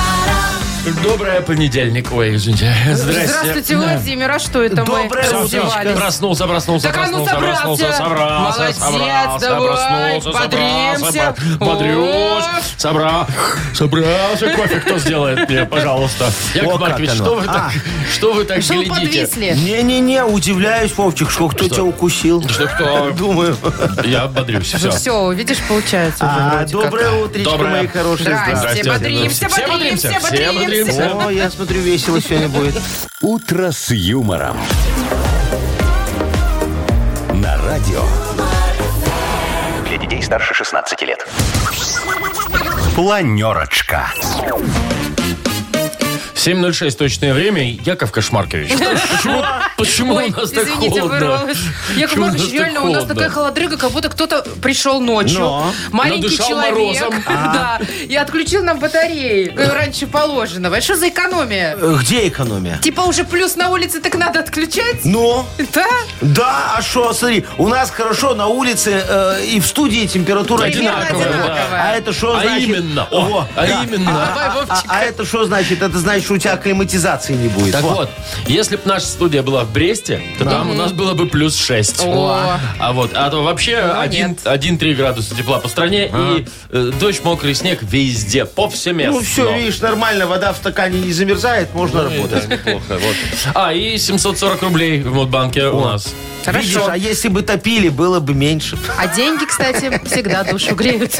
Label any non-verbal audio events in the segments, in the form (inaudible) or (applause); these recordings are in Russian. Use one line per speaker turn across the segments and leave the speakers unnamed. Доброе понедельник. Ой, извините. Здрасте.
Здравствуйте, Владимир. А что это мы
Доброе утро.
раздевались?
Проснулся, проснулся,
Так а ну
проснулся,
собрался.
проснулся, собрался,
Молодец,
собрался,
давай,
проснулся, собрался,
подремся.
по- подрешь,
О.
собра, собрался. Кофе кто сделает мне, пожалуйста? Яков
О, как
Маркович,
оно.
что вы так,
А.
что вы так
Что вы
глядите?
подвисли?
Не-не-не, удивляюсь, Вовчик, что кто тебя укусил.
Что кто?
Думаю.
Я бодрюсь, все.
Все, видишь, получается уже
А,
вроде как.
доброе утречко,
Доброе.
мои хорошие. здравствуйте.
Здрасте,
Здравствуйте.
бодримся,
Все бодримся,
бодримся,
все бодримся.
бодримся.
О, я смотрю, весело сегодня будет.
«Утро с юмором». На радио. Для детей старше 16 лет. Планерочка.
7.06 точное время. Яков
(laughs)
Кошмаркович. Почему- Почему
Ой,
у нас так
извините,
холодно?
вырвалась. Яков
Почему у нас
Маркович,
так
реально, у нас
холодно?
такая холодрыга, как будто кто-то пришел ночью.
Но.
Маленький
Надышал
человек.
морозом.
(laughs)
А.
Да. И отключил нам батареи. как Раньше положенного. А Что за экономия?
Э, Где экономия?
Типа уже плюс на улице, так надо отключать?
Ну,
Да?
да, а что, смотри, у нас хорошо на улице э, и в студии температура
Примерно
одинаковая.
одинаковая.
А это что
А
значит?
именно, о,
Во,
а
да.
именно.
Давай,
А,
Вовчик.
а это что значит? Это значит, что у тебя акклиматизации не будет.
Так
Во.
вот, если бы наша студия была в Бресте, то там у нас было бы плюс 6.
О. Ну,
А вот, а то вообще один-
нет. А.
1-3 градуса тепла по стране и э, дождь, мокрый снег везде, повсеместно.
Ну все, видишь, нормально, вода в стакане не замерзает, можно
Ну, и
работать.
да, неплохо, вот. А, и 740 рублей в Модбанке у нас.
Видишь, а если бы топили, было бы меньше.
А деньги, кстати, всегда душу
(laughs)
греют.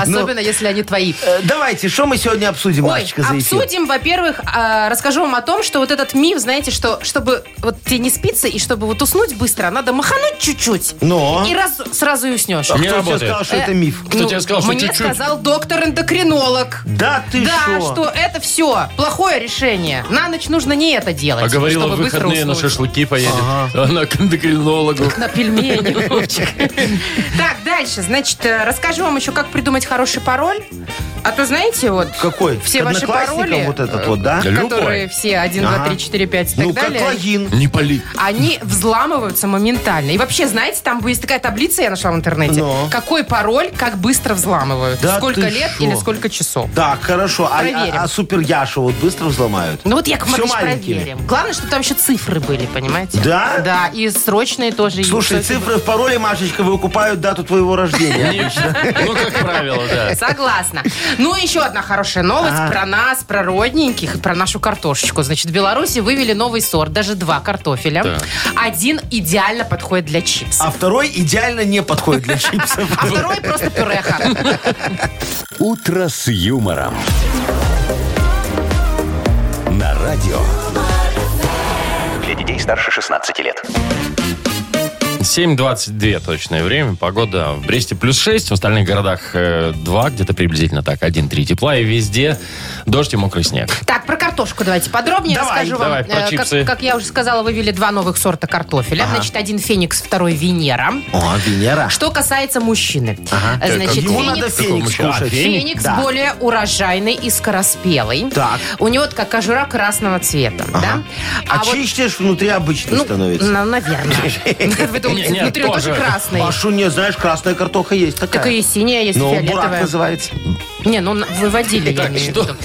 Особенно, если они твои.
Э, Давайте, что мы сегодня обсудим,
Ой,
Машечка, за эфир?
обсудим, во-первых, а, расскажу вам о том, что вот этот миф, знаете, что чтобы вот тебе не спится, и чтобы вот уснуть быстро, надо махануть чуть-чуть.
Но.
И раз, сразу и уснешь.
Кто
Не
тебе
работает.
сказал, что
Э,
это миф?
Кто тебе сказал, что
мне
чуть-чуть?
сказал доктор-эндокринолог.
Да ты
да,
шо?
что это все плохое решение. На ночь нужно не это делать,
А говорила,
чтобы
в выходные
быстро
на
уснуть.
шашлыки поедет. Она к эндокринологу.
На пельмени, Вовчик. Так, дальше. Значит, э, расскажу вам еще, как придумать хороший пароль. А то, знаете, вот...
Какой?
Все
К
ваши
одноклассникам
пароли,
вот этот вот, да?
Э,
Любой.
Которые все 1, 2, 3, 4, 5 и так
Ну, как
далее.
логин.
Не пали.
Они взламываются моментально. И вообще, знаете, там есть такая таблица, я нашла в интернете.
Но.
Какой пароль, как быстро взламывают.
Ну. Да
сколько
ты
лет
шо?
или сколько часов.
Так, хорошо. А,
Проверим.
а- а супер Яшу вот быстро взломают?
Ну вот Яков
Всё
Маркович
маленькими.
проверим. Главное, что там еще цифры были, понимаете?
Да?
Да, и срочные тоже. и
Слушай,
что-то-
цифры в пароле, Машечка, выкупают дату твоего рождения.
Ну, как правило, да.
Согласна. Ну, и еще одна хорошая новость
Ага.
про нас, про родненьких, и про нашу картошечку. Значит, в Беларуси вывели новый сорт, даже два картофеля.
Так.
Один идеально подходит для чипсов.
А второй идеально не подходит для чипсов.
А второй просто пюреха.
«Утро с юмором». На радио. Для детей старше 16 лет.
7.22 точное время. Погода в Бресте плюс 6, в остальных городах 2, где-то приблизительно так, 1-3 тепла. И везде дождь и мокрый снег.
Так, про картошку давайте подробнее
Давай,
расскажу
давай,
вам.
про
Э,
чипсы.
Как, как я уже сказала, вывели два новых сорта картофеля. Значит, один феникс, второй Венера.
О, Венера.
Что касается мужчины. Э, Значит,
Его
феникс-
надо феникс
Такому
кушать.
человеку.
Феникс,
да.
более урожайный и скороспелый.
Так.
У него такая кожура красного цвета, да?
А,
вот-
чистишь, внутри обычный
ну,
становится.
на-
(laughs)
наверное. Вы думаете,
Не, не,
внутри он тоже
тоже.
красный?
А шо не, знаешь, красная картоха есть такая.
Так и синяя, есть
Ну, бурак
фиолетовая. (laughs)
называется.
Не, ну на- выводили, я
Так,
имею в
что?
виду.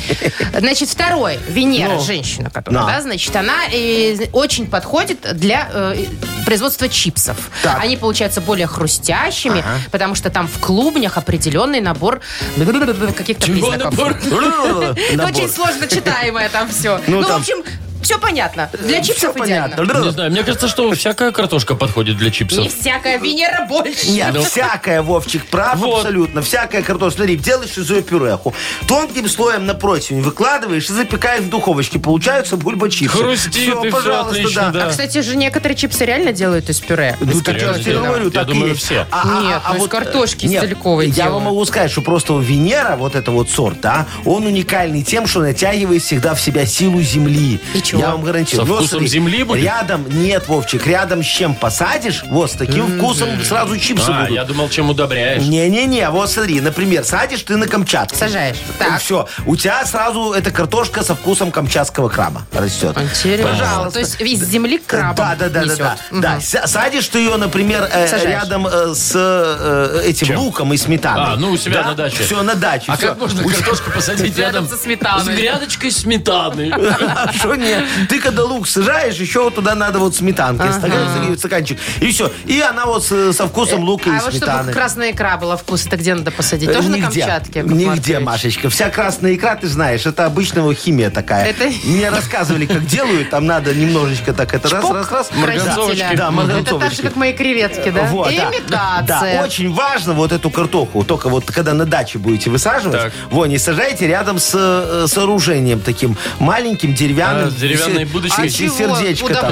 (laughs) Значит, второй, Венера,
Ну.
женщина, которая,
Да.
да, значит, она э, очень подходит для э, производства чипсов.
Так.
Они получаются более хрустящими, потому что там в клубнях определенный набор каких-то
Чего
признаков.
набор?
Это
Набор.
Очень сложно читаемое там все.
Ну,
Ну, в
там-
общем, все понятно. Для
Все
чипсов идеально.
Не знаю, мне кажется, что всякая картошка подходит для
Не
чипсов.
всякая Венера больше.
Нет, всякая, Вовчик, прав
Вот.
абсолютно. Всякая картошка. Смотри, делаешь из ее пюреху. Тонким слоем на противень выкладываешь и запекаешь в духовочке. Получаются бульба-чипсы.
Хрустит, и всё отлично, да.
А, кстати же, некоторые чипсы реально делают из пюре.
Ну, так я
Конечно,
же тебе
да.
говорю,
Я
так и
думаю,
есть. А,
все.
Нет, ну, из картошки, из
э, нет,
целиковой
Я
делают.
вам могу сказать, что просто у Венера, вот это вот сорт, а, он уникальный тем, что натягивает всегда в себя силу земли.
И ничего.
Я вам гарантирую.
Со
Вот
вкусом
смотри,
земли будет?
Рядом, нет, Вовчик, рядом с чем посадишь, вот с таким вкусом сразу чипсы
А, я
будут.
думал, чем удобряешь.
Не-не-не, а вот смотри, например, садишь ты на Камчатке.
Сажаешь. Так.
Все, у тебя сразу эта картошка со вкусом камчатского краба растет.
Интересно.
Пожалуйста.
То есть из земли крабом
Да, да, да, да,
несет.
да,
Мгм.
да. Ся- Садишь ты ее, например, э,
Сажаешь.
рядом э, с э, этим
Чем?
луком и сметаной.
А, ну, у себя на даче.
Все, на даче.
А
всё.
как можно картошку посадить
Рядом
рядом
со сметаной.
С грядочкой сметаны.
(laughs) А что нет? Ты когда лук сажаешь, еще вот туда надо вот сметанки, стакан- стаканчик. И все. И она вот с- со вкусом
А
лука и
вот чтобы
сметаны.
красная икра была вкус, это где надо посадить?
Э,
Тоже на
нигде,
Камчатке? Яков
Нигде,
Маркович?
Машечка. Вся красная икра, ты знаешь, это обычного химия такая.
Это- (laughs)
Мне рассказывали, как делают, там надо немножечко так это раз, раз, раз.
Красителя.
Марганцовочки.
Да,
Это так же,
марганцовочки.
как мои креветки, да?
Вот, да.
Имитация.
Да, очень важно вот эту картоху. Только вот когда на даче будете высаживать,
Так.
во, не сажайте рядом с э, сооружением таким маленьким, деревянным.
А, с деревянной
Се-
будочкой.
А
Если
чего?
Удобрение,
сердечко там.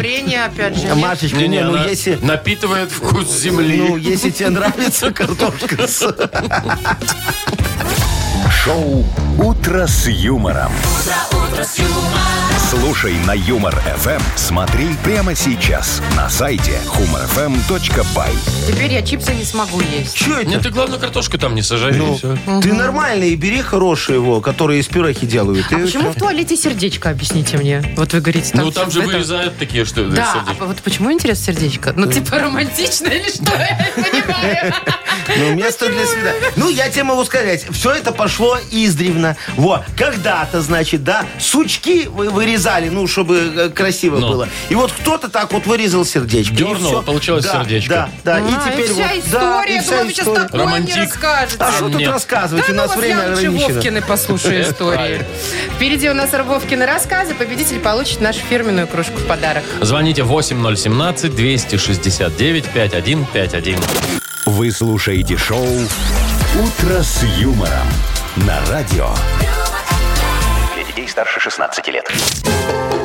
опять же. нет?
Машечка, не, ну
она (laughs)
если...
напитывает вкус
Ну,
земли.
если тебе нравится картошка с (laughs)
Шоу «Утро с юмором». Слушай на Юмор ФМ, смотри прямо сейчас на сайте humorfm.by.
Теперь я чипсы не смогу есть.
Че
Не,
это?
ты, главное, картошку там не сажай, и все.
Ты нормальный, бери хорошие его, которые из пюрехи делают.
А
И-
почему в туалете сердечко, объясните мне? Вот вы говорите, там...
Ну, там
всё
же
в этом.
вырезают такие, что...
Да,
сердечки.
а вот почему интересно сердечко? Ну, типа романтично или что? Я не понимаю.
Ну, место для свидания. Ну, я тебе могу сказать, все это пошло издревно. Вот, когда-то, значит, да, сучки вы- вырезали, ну, чтобы э, красиво
Ну.
было. И вот кто-то так вот вырезал сердечко. и
Дёрнул,
всё.
получилось
да,
сердечко.
Да, да, и
А,
теперь
вся
вот- да, и
история,
вся
думаю, вы сейчас
история.
такое
Романтик.
не расскажете.
А что тут
Нет.
рассказывать?
Да
У
ну
нас
вас
время
я лучше
ограничено.
Вовкины
(laughs)
послушаю истории. Впереди у нас Вовкины рассказы. Победитель получит нашу фирменную кружку в подарок.
Звоните 8017-269-5151.
Вы слушаете шоу «Утро с юмором» на радио.
Для детей старше 16 лет.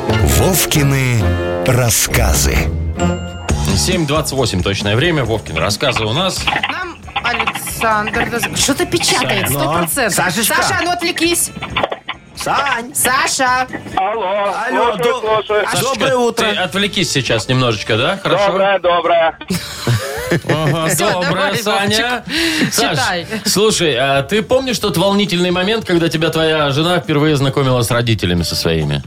Вовкины рассказы.
7.28 точное время. Вовкин, рассказывай у нас.
Нам Александр... доз- Что-то печатает,
Саня,
сто процентов.
ну, Сашечка.
Саша, а ну отвлекись.
Сань,
Саша.
Алло,
Алло,
слушаю,
до-
слушаю.
Сашечка,
доброе утро.
Ты отвлекись сейчас немножечко, да? Хорошо?
Доброе, доброе.
Ага,
Всё,
(laughs) доброе,
давай,
Саня. Саш,
читай.
слушай, а ты помнишь тот волнительный момент, когда тебя твоя жена впервые знакомила с родителями со своими?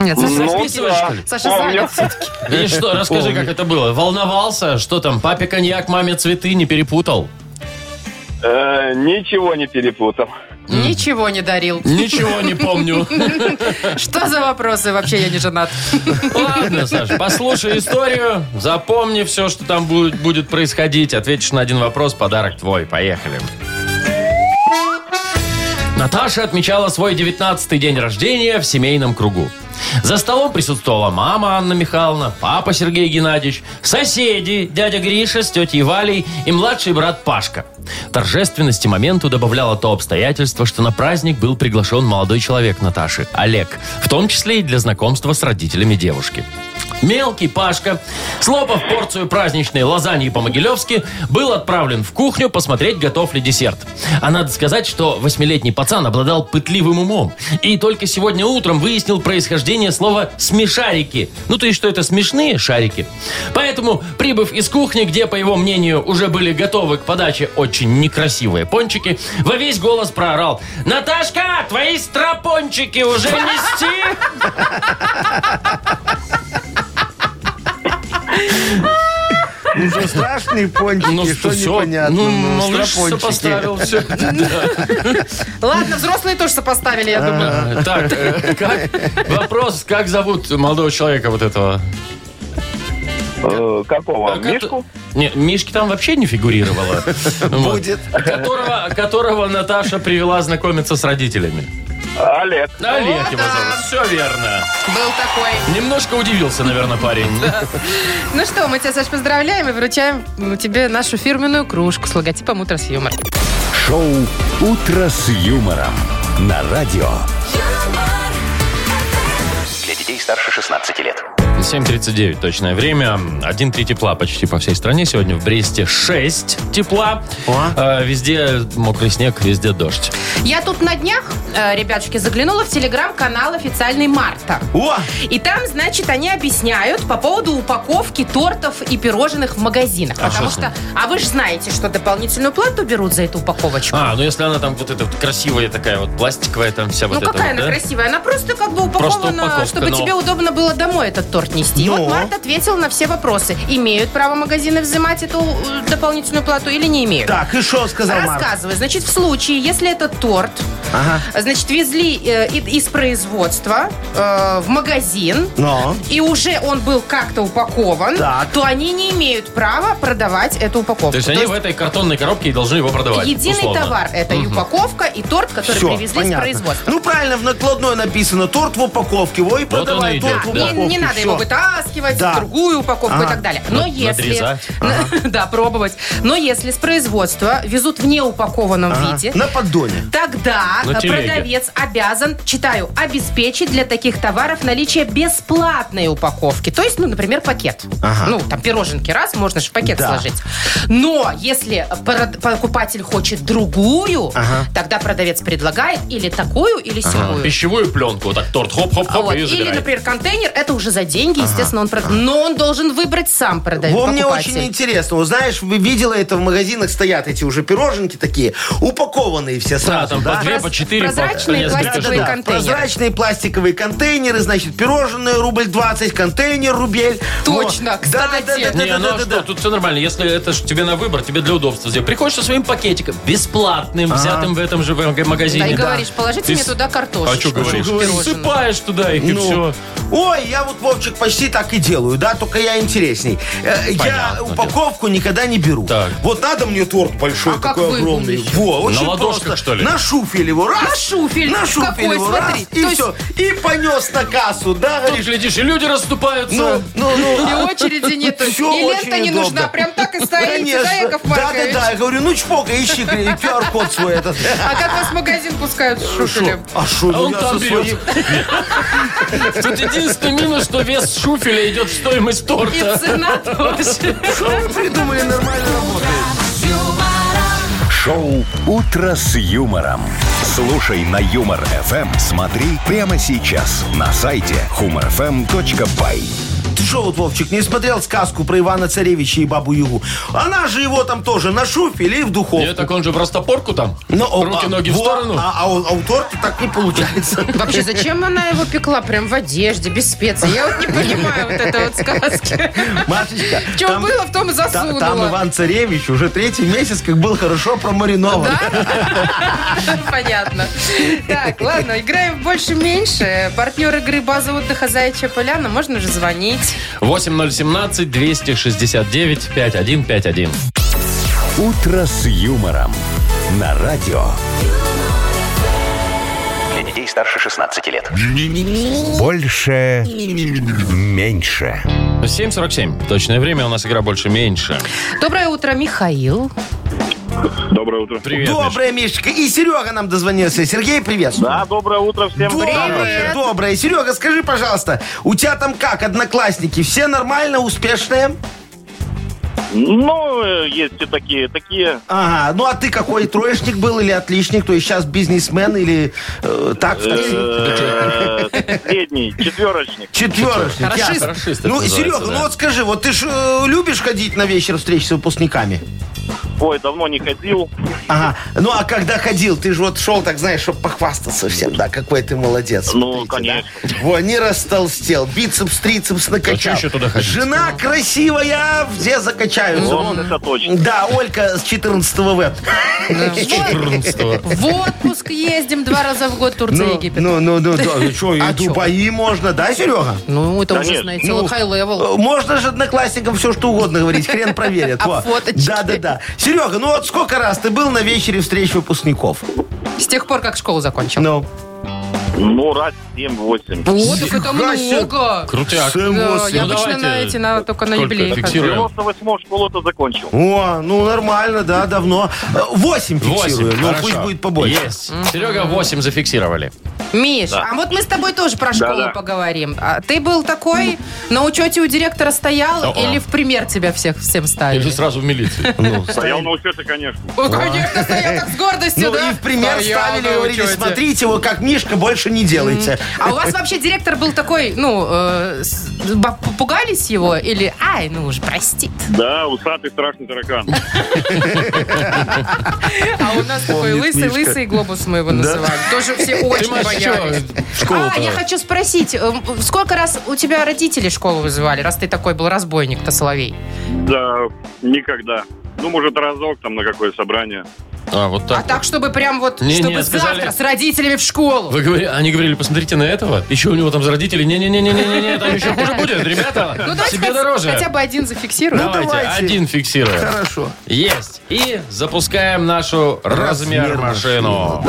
Нет, Саша,
Ну,
расписываешь,
да.
что ли? Саша
Помню.
занят всё-таки.
И что,
(laughs)
расскажи, как это было? Волновался? Что там, папе коньяк, маме цветы, не перепутал?
Э, ничего не перепутал.
Ничего не дарил.
Ничего не помню.
Что за вопросы? Вообще я не женат.
Ладно, Саш, послушай историю, запомни все, что там будет, будет происходить, ответишь на один вопрос, подарок твой. Поехали. Наташа отмечала свой 19-й день рождения в семейном кругу. За столом присутствовала мама Анна Михайловна, папа Сергей Геннадьевич, соседи, дядя Гриша с тетей Валей и младший брат Пашка. Торжественности моменту добавляло то обстоятельство, что на праздник был приглашен молодой человек Наташи, Олег, в том числе и для знакомства с родителями девушки. Мелкий Пашка, слопав порцию праздничной лазаньи по-могилевски, был отправлен в кухню посмотреть, готов ли десерт. А надо сказать, что восьмилетний пацан обладал пытливым умом. И только сегодня утром выяснил происхождение слова «смешарики». Ну, то есть, что это смешные шарики. Поэтому, прибыв из кухни, где, по его мнению, уже были готовы к подаче очень некрасивые пончики, во весь голос проорал «Наташка, твои страпончики уже нести?»
Уже страшные пончики,
э, Ну
что
что, все,
непонятно.
ну,
ну,
малыш
страпончики.
сопоставил
(laughs)
все.
Ладно, взрослые тоже сопоставили,
А.
я думаю.
Так, э, как- вопрос, как зовут молодого человека вот этого?
Э, какого?
А, кото-
Мишку?
Не, Мишки там вообще не фигурировало.
(laughs)
Вот.
Будет.
Которого, которого Наташа привела знакомиться с родителями.
Олег.
Олег
О,
его
да.
зовут. Все верно.
Был такой.
Немножко удивился, наверное, парень.
Ну что, мы тебя, Саш, поздравляем и вручаем м, тебе нашу фирменную кружку с логотипом «Утро с юмором».
Шоу «Утро с юмором» на радио.
Для детей старше 16 лет.
7.39 точное время. 1-3 тепла почти по всей стране. Сегодня в Бресте 6 тепла.
О.
Э, Везде мокрый снег, везде дождь.
Я тут на днях, э, ребятушки, заглянула в телеграм-канал официальный Марта.
О,
И там, значит, они объясняют по поводу упаковки тортов и пирожных в магазинах. потому
что с ним?
что, а вы же знаете, что дополнительную плату берут за эту упаковочку.
А, ну если она там вот эта вот красивая такая вот пластиковая там вся
ну
вот эта
какая
вот,
она
да?
красивая? Она просто как бы
Просто
упакована,
упаковка,
чтобы
но-
тебе удобно было домой этот торт нести. И
Но.
вот Март ответил на все вопросы. Имеют право магазины взимать эту э, дополнительную плату или не имеют?
так, и что сказал Марк?
Рассказывай. Значит, в случае, если этот торт,
Ага.
значит, везли э, и- из производства э, в магазин,
Но.
и уже он был как-то упакован,
Так.
то они не имеют права продавать эту упаковку.
То есть они в этой картонной коробке и должны его продавать.
единый
условно.
товар это и упаковка, и торт, который
Всё,
привезли
понятно.
с производства.
Ну, правильно, в накладной написано торт в упаковке. Ой,
он и
продавай
идет,
торт в
да.
А, Не,
упаковке.
не надо его
Ну, Всё.
вытаскивать,
Да.
другую упаковку и
Ага.
так далее. Но
Над-
если...
надрезать.
(laughs) Да, пробовать. Но если с производства везут в неупакованном
Ага.
виде,
На поддоне.
Тогда
На
э,
телеге.
продавец обязан, читаю, обеспечить для таких товаров наличие бесплатной упаковки. То есть, ну, например, пакет.
Ага.
Ну, там пироженки раз, можно же в пакет
Да.
сложить. Но если прод- покупатель хочет другую,
Ага.
тогда продавец предлагает или такую, или
Ага.
сякую.
А, Пищевую пленку, вот так торт хоп-хоп-хоп
Вот.
и
Или,
забирай.
например, контейнер, это уже за деньги, естественно, он продает. Но он должен выбрать сам продавец.
Во, мне очень интересно. Вот знаешь, вы видела это в магазинах стоят эти уже пироженки такие, упакованные все сразу,
там по
да?
две По четыре, по-
Прозрачные
по несколько
пластиковые
Да-да-да.
контейнеры.
Прозрачные пластиковые контейнеры, значит, пирожные рубль 20, контейнер рубль.
Точно,
Вот.
кстати.
Да-да-да-да-да-да-да.
Не, ну а что, тут все нормально. Если это ж тебе на выбор, тебе для удобства сделать. Приходишь со своим пакетиком, бесплатным, взятым в этом же в-
Да, и
магазине.
говоришь, положите
Ты
мне
с-
туда
А что
картошечку.
говоришь?
пирожного.
Сыпаешь туда их, и
Ну.
все.
Ой, я вот, Вовчик, почти так и делаю, да, только я интересней. Э,
Понятно,
Я упаковку никогда не беру.
Так.
Вот надо мне торт
А
большой,
как
такой
вы
огромный.
будете?
Во, очень
ладошках,
просто.
что ли?
На шуфель его, раз.
На шуфель?
На шуфель
Какой,
его,
смотри.
раз,
То
и
есть-
все. И понес на кассу, да,
Тут
говоришь?
глядишь, и люди
Ну,
расступаются.
ну, ну.
И очереди нет.
Всё
И лента
очень
не
удобно.
нужна. Прям так и стоите, да,
Конечно.
Яков Маркович?
Да-да-да, я говорю, ну чпока, ищи QR-код свой этот.
А как вас в магазин пускают с шуфелем?
А шо,
А
ну
он
я
там
со своим-
берет. Тут единственный минус, что вес шуфеля идет в стоимость
И
торта.
цена тоже.
Придумали, нормально работает.
Шоу «Утро с юмором». Слушай на Юмор ФМ. Смотри прямо сейчас на сайте humorfm.by.
Ты что вот, Вовчик, не смотрел сказку про Ивана Царевича и Бабу Югу? Она же его там тоже на шуфеле и в духовку.
Нет, так он же в растопорку там.
Ну, а-
Руки,
а-
ноги в
во,
сторону.
А, а у, а у торта так не
(laughs)
получается.
Вообще, зачем она его пекла прям в одежде, без специй? Я вот не понимаю вот это вот сказки.
Машечка,
В чем было, в том и
та-
засунула.
Там Иван Царевич уже третий месяц как был хорошо промаринован.
Да? Понятно. Так, ладно, играем в больше-меньше. Партнер игры «База отдыха Заячья Поляна». Можно же звонить.
8017 269 5151.
«Утро с юмором» на радио.
Для детей старше 16 лет.
Больше. Меньше.
7.47. Точное время у нас игра больше-меньше.
Доброе утро, Михаил.
Доброе утро.
Привет, Миш.
Доброе, Мишечка. И Серега нам дозвонился. Сергей, привет.
Да, доброе утро всем.
Доброе, доброе. Серега, скажи, пожалуйста, у тебя там как, одноклассники? Все нормально, успешные?
Ну, э, есть и такие, такие.
Ага, ну а ты какой, троечник был или отличник? То есть сейчас бизнесмен или э, так?
э, Средний, четверочник.
Четверочник,
Хорошист.
ясно.
Хорошист это
Ну,
называется,
Серега,
да.
ну вот скажи, вот ты ж э, любишь ходить на вечер встреч с выпускниками?
Ой, давно не ходил.
Ага. Ну, а когда ходил, ты же вот шел, так знаешь, чтобы похвастаться всем, да, какой ты молодец.
Ну,
Смотрите, да. Во, не растолстел, бицепс, трицепс накачал.
А чё еще туда ходить?
Жена красивая, все закачаются.
Вот это точно.
Да, Олька с 14 веб.
В отпуск ездим два раза в год Турция
Ну,
Египет.
ну, ну, ну, да, что,
(laughs) А
и
чё?
Дубаи можно, да, Серега?
Ну, это
Да
уже,
нет,
знаете,
ну,
вот high level.
э, Можно же одноклассникам все что угодно
(laughs)
говорить, хрен проверят.
А
во.
фоточки?
Да, да, да. Серега, ну вот сколько раз ты был на вечере встреч выпускников?
С тех пор, как школу закончил.
Ну,
Ну, раз 7-8.
Вот, так это
Нифига себе.
много.
Крутяк.
Да, я
Ну,
обычно на
давайте.
эти, на, только на
Сколько?
юбилей. хожу.
Фиксируем.
98 школу-то закончил.
О, ну нормально, да, давно. Э, Восемь
Восемь.
фиксирую, но
Хорошо.
пусть будет побольше.
Есть. Серега, 8 зафиксировали.
Миш, а вот мы с тобой тоже про школу
Да-да.
поговорим. А ты был такой, на учете у директора стоял
Да-а.
или в пример тебя всех всем ставили?
Или сразу в милицию.
Ну,
Стоял на учете, конечно.
Ну, конечно, стоял так с гордостью,
Ну
да?
и в пример
Стоял
ставили,
на
говорили,
учете.
смотрите, вот как Мишка, больше не делайте.
А у вас вообще директор был такой, ну, э, с- ба- пугались его или, ай, ну уж простит.
Да, усатый страшный таракан.
А у нас такой
Помнит
лысый,
Мишка.
лысый глобус мы его называли. Тоже все очень
Маш,
боялись.
чё, в школу
А, я хочу спросить, э, сколько раз у тебя родители школу вызывали, раз ты такой был разбойник-то, Соловей?
Да, никогда. Ну, может, разок там на какое собрание.
А, вот
а
так.
так, чтобы прям вот,
Не-не,
чтобы
сказали-
завтра с родителями в школу.
Вы говори- они говорили, посмотрите на этого. Еще у него там за родители. Не-не-не-не-не-не, там еще хуже будет, ребята.
Ну, давайте
себе
хоть-
дороже.
хотя бы один зафиксируем.
давайте,
давайте.
один фиксируем.
Хорошо.
Есть. И запускаем нашу размер
Размер
машину.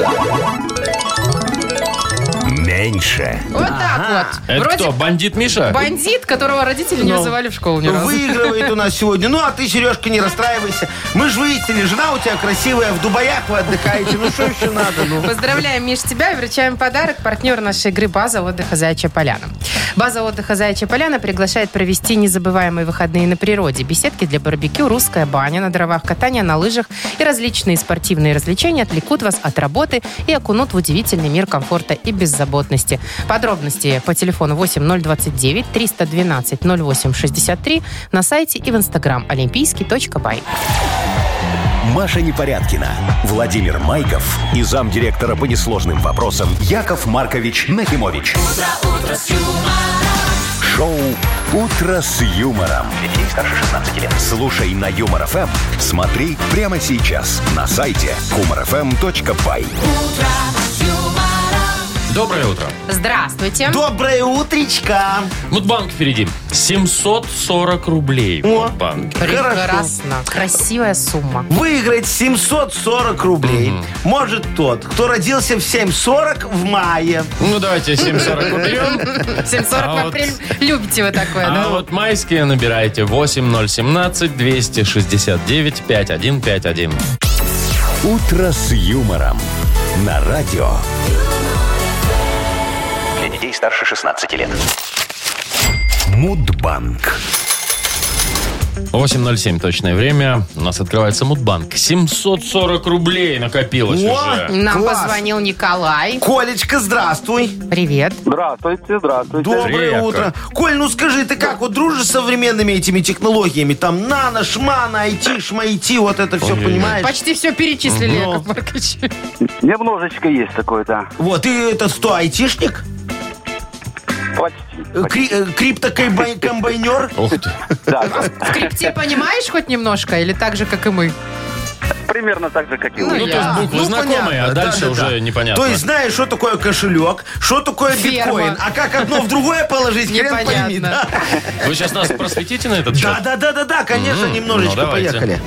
Меньше.
Вот так вот.
Это
Вроде
кто, бандит Миша?
бандит, которого родители не
Ну.
вызывали в школу ни разу.
Выигрывает у нас сегодня. Ну, а ты, Сережка, не расстраивайся. Мы же выяснили, жена у тебя красивая, в Дубаях вы отдыхаете. Ну, что еще надо? Ну,
Поздравляем, Миш, тебя и вручаем подарок партнер нашей игры «База отдыха Заячья Поляна». База отдыха Заячья Поляна приглашает провести незабываемые выходные на природе. Беседки для барбекю, русская баня на дровах, катание на лыжах и различные спортивные развлечения отвлекут вас от работы и окунут в удивительный мир комфорта и беззаботности. Подробности по телефону 8029 312 0863 на сайте и в инстаграм олимпийский.бай.
Маша Непорядкина, Владимир Майков и замдиректора по несложным вопросам Яков Маркович Нахимович. Шоу Утро с юмором. Детей старше 16 лет. Слушай на юмор ФМ. Смотри прямо сейчас на сайте humorfm.by.
Доброе утро.
Здравствуйте.
Доброе утречко.
Мудбанк впереди. 740 рублей в
О.
Мудбанке.
Прекрасно. Красивая сумма.
Выиграть 740 рублей может тот, кто родился в 7.40 в мае.
Ну, давайте 740 уберем.
740
А
в
вот-
апреле. Любите вы такое,
А
да?
вот майские набирайте 8017 269 5151.
Утро с юмором. На радио.
Для детей старше 16 лет.
Мудбанк.
8.07 точное время. У нас открывается Мудбанк. 740 рублей накопилось
О!
уже.
Нам
Класс.
позвонил Николай.
Колечка, здравствуй.
Привет.
Здравствуйте, здравствуйте.
Доброе
Привет,
утро. Коль, ну скажи, ты как, вот дружишь с современными этими технологиями? Там нано, шмана, айти, шмайти, вот это все,
Ой-ой-ой.
понимаешь?
Почти все перечислили,
Ну.
Яков Маркович.
Немножечко есть такое, да.
Вот, ты это кто, айтишник?
Почти.
Э, кри- э, Криптокомбайнер?
Ух ты.
В крипте понимаешь хоть немножко? Или так же, как и мы?
Примерно так же, как и
Ну,
вы.
Ну, то есть
я-
буквы
Ну,
знакомые,
понятно,
а дальше
да-да-да.
уже непонятно.
То есть знаешь, что такое кошелек, что такое
Ферма.
биткоин, а как одно в другое положить, хрен пойми.
Непонятно.
Да,
Вы сейчас
(laughs)
нас просветите на этот счет?
да, да, да, да, да, конечно,
М, ну,
немножечко
давайте.
поехали.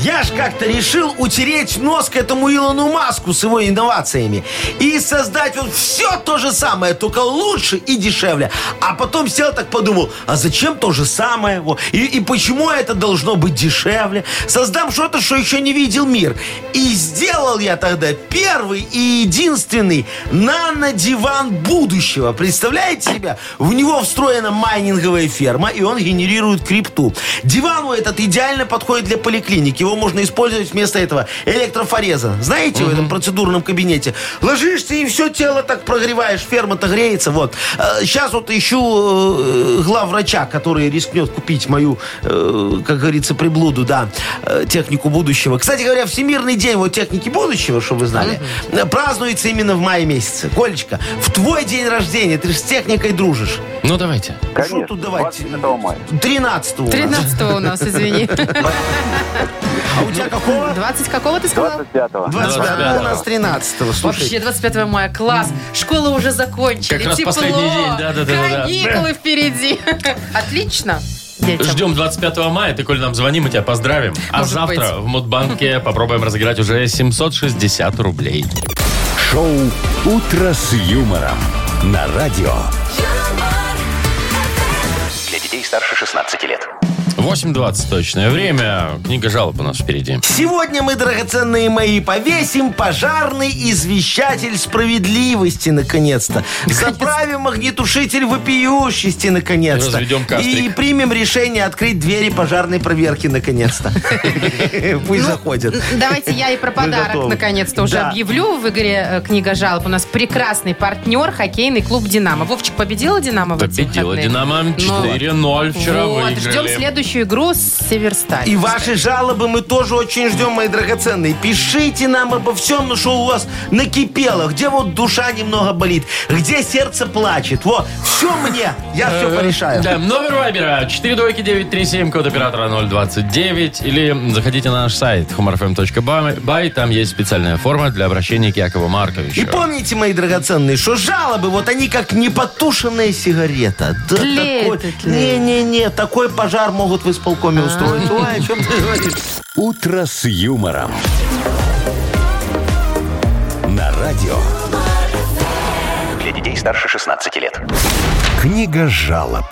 Я ж как-то решил утереть нос к этому Илону Маску с его инновациями и создать вот все то же самое, только лучше и дешевле. А потом сел так подумал, а зачем то же самое? Во. И, и почему это должно быть дешевле? Создам что-то, что еще не видел мир. И сделал я тогда первый и единственный нано-диван будущего. Представляете себе? В него встроена майнинговая ферма, и он генерирует крипту. Диван у этот идеально подходит для поликлиник. Его можно использовать вместо этого электрофореза. Знаете, в этом процедурном кабинете. Ложишься и все тело так прогреваешь, ферма-то греется. Вот. Сейчас вот ищу э, главврача, который рискнет купить мою, э, как говорится, приблуду, да, э, технику будущего. Кстати говоря, Всемирный день вот техники будущего, чтобы вы знали, э, празднуется именно в мае месяце. Колечка, в твой день рождения ты же с техникой дружишь.
Ну, давайте.
Что тут давайте? 13 у нас.
13 у нас, извини.
А у тебя какого?
20 какого ты сказал?
25 у нас 13 слушай.
Вообще, 25 мая, класс. Школа уже закончили,
Как раз
тепло.
последний день, да-да-да-да.
Каникулы впереди. Отлично. детям.
Ждем 25 мая, ты, Коль, нам звони, мы тебя поздравим. а
Может
завтра в Мудбанке (laughs) попробуем разыграть уже 760 рублей.
Шоу «Утро с юмором» на радио.
Для детей старше 16 лет.
8.20 точное время. Книга жалоб у нас впереди.
Сегодня мы, драгоценные мои, повесим пожарный извещатель справедливости, наконец-то. Заправим огнетушитель вопиющести, наконец-то.
Разведем кастрик.
И примем решение открыть двери пожарной проверки, наконец-то. (laughs) Ну, Пусть заходят.
Давайте я и про подарок
готовы.
наконец-то уже
Да.
объявлю. В игре э, «Книга жалоб» у нас прекрасный партнер хоккейный клуб «Динамо». Вовчик, победила «Динамо» в эти
Победила
выходные?
Динамо
Ну,
4-0 вчера
вот,
выиграли.
ждем следующую игру с «Северсталь».
И ваши жалобы мы тоже очень ждем, мои драгоценные. Пишите нам обо всем, ну, что у вас накипело, где вот душа немного болит, где сердце плачет. Вот, все мне, я все порешаю.
Э, Да, номер вайбера 42937, код оператора 029. Или заходите на наш сайт humorfm.by. Там есть специальная форма для обращения к Якову Марковичу.
И помните, мои драгоценные, что жалобы, вот они как непотушенная сигарета. Да,
Тлеет и
такой-
тлеет. А.
Не-не-не, такой пожар могут в исполкоме устроить. Ой, о чем ты говоришь?
«Утро с юмором». На радио.
Для детей старше 16 лет.
Книга жалоб.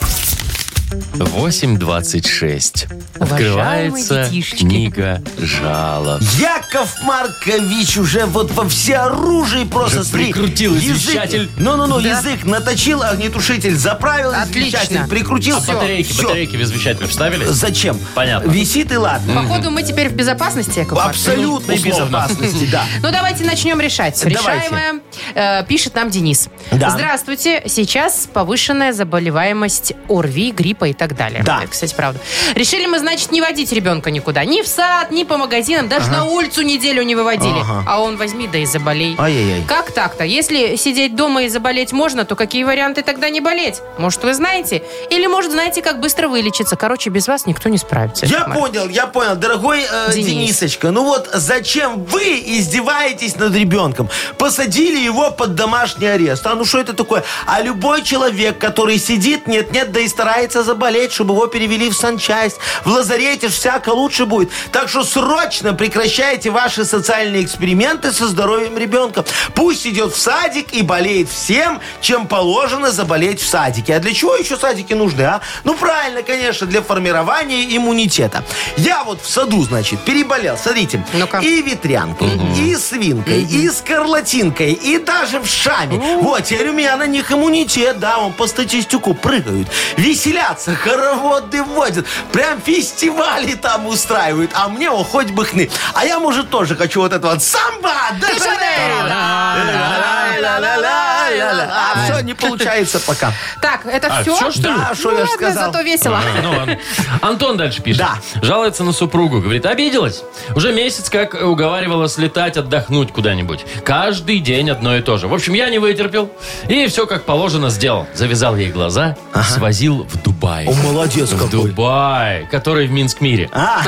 8.26.
Уважаемые
Открывается
детишечки.
книга жалоб.
Яков Маркович уже вот во всеоружии просто...
Уже
смотри,
прикрутил
язык-
извещатель.
Ну-ну-ну,
Да.
язык наточил огнетушитель, заправил
Отлично.
извещатель, прикрутил.
А
Всё,
батарейки,
всё.
батарейки в извещатель вставили?
Зачем?
Понятно.
Висит и ладно.
Походу, мы теперь в безопасности, Яков
В
Маркович.
абсолютной
условно.
безопасности, да.
Ну, давайте начнем решать.
Давайте.
Решаемое э, пишет нам Денис.
Да.
Здравствуйте. Сейчас повышенная заболеваемость ОРВИ, гриппа и так далее.
Да.
Это, кстати, правда. Решили мы, значит, не водить ребенка никуда. Ни в сад, ни по магазинам, даже на улицу неделю не выводили.
Ага.
А он возьми, да и заболей.
Ай-яй-яй.
Как так-то? Если сидеть дома и заболеть можно, то какие варианты тогда не болеть? Может, вы знаете? Или, может, знаете, как быстро вылечиться? Короче, без вас никто не справится.
Я
Яков Маркович.
понял, я понял. Дорогой э,
Денис.
Денисочка, ну вот зачем вы издеваетесь над ребенком? Посадили его под домашний арест. А ну что это такое? А любой человек, который сидит, нет-нет, да и старается заболеть, чтобы его перевели в санчасть. В лазарете ж всяко лучше будет. Так что срочно прекращайте ваши социальные эксперименты со здоровьем ребенка. Пусть идет в садик и болеет всем, чем положено заболеть в садике. А для чего еще садики нужны, а? Ну, правильно, конечно, для формирования иммунитета. Я вот в саду, значит, переболел, смотрите,
Ну-ка.
и ветрянкой, и свинкой, и скарлатинкой, и даже в шаме. Вот, теперь у меня на них иммунитет, да, он по статистику прыгают, веселятся, хороводы водят, прям фестивали там устраивают, а мне о, хоть бы хны. А я, может, тоже хочу вот это вот самбо! де Жанейро». Ла-ла-ла-ла-ла-ла-ла. А все, не получается пока.
Так, это
А,
все?
всё, что ли?
Да, что
ну,
я ж
ладно,
сказал.
зато весело.
Ну ладно. Антон дальше пишет.
Да.
Жалуется на супругу. Говорит, обиделась. Уже месяц как уговаривала слетать, отдохнуть куда-нибудь. Каждый день одно и то же. В общем, я не вытерпел. И все как положено сделал. Завязал ей глаза, свозил в Дубай.
О, молодец
В
какой.
Дубай, который в
(laughs)
Минск-мире.
А,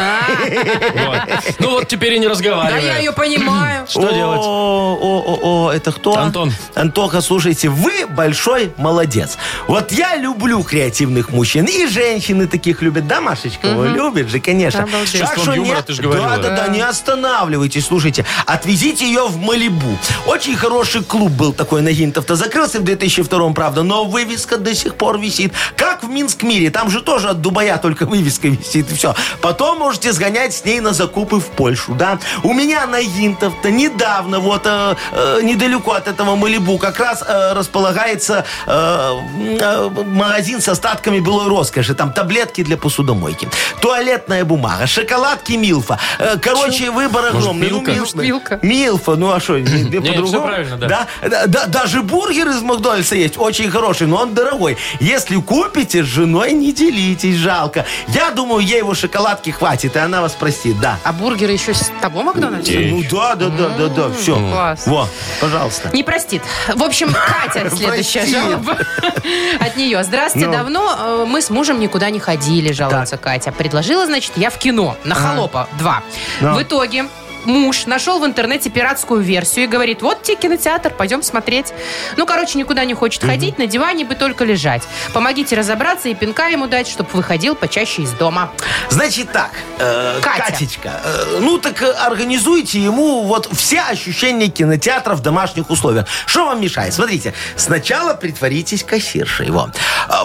Вот. Ну вот теперь и не
Да я ее
разговаривает.
понимаю.
Что
о,
делать?
О, о, о, это кто?
Антон.
Антоха, слушайте, вы большой молодец. Вот я люблю креативных мужчин. И женщины таких любят. Да, Машечка? Вы Любит же, конечно.
Обалдеть.
Так
Чувством
что
юмора,
нет,
ты же говорила.
Да, да, да, не останавливайтесь. Слушайте, отвезите ее в Малибу. Очень хороший клуб был такой на Гинтов-то. Закрылся в 2002 правда, но вывеска до сих пор висит. Как в Минск-мире. Там же тоже от Дубая только вывеска висит, и все. Потом можете сгонять с ней на закупы в Польшу, да. У меня на Гинтов-то недавно, вот э, э, недалеко от этого Малибу, как раз э, располагается э, м, э, магазин с остатками былой роскоши. Там таблетки для посудомойки, туалетная бумага, шоколадки Милфа. Э, короче, выбор огромный. Ну,
Милка?
Мил-
Может, Милка?
Милфа, ну а что, не- не
Не,
по-другому?
всё правильно, да.
Да, да, даже бургер из Макдональдса есть, очень хороший, но он дорогой. Если купите, с женой не делитесь, жалко. Я думаю, ей его шоколадки хватит, и она вас простит, да.
А бургеры еще с того Макдональдса?
Ну да, да, да, да, да, все.
класс.
Во, пожалуйста.
Не простит. В общем,
(laughs)
Катя, следующая
Прости.
жалоба (laughs) от нее. Здравствуйте,
Ну.
давно э, мы с мужем никуда не ходили, жалуется Катя. Предложила, значит, я в кино на «Холопа 2».
А. Ну.
В итоге муж нашел в интернете пиратскую версию и говорит, вот тебе кинотеатр, пойдем смотреть. Ну, короче, никуда не хочет ходить, на диване бы только лежать. Помогите разобраться и пинка ему дать, чтобы выходил почаще из дома.
Значит так, э,
Катя.
Катечка, э, ну так э, организуйте ему вот все ощущения кинотеатра в домашних условиях. Что вам мешает? Смотрите, сначала притворитесь кассиршей его.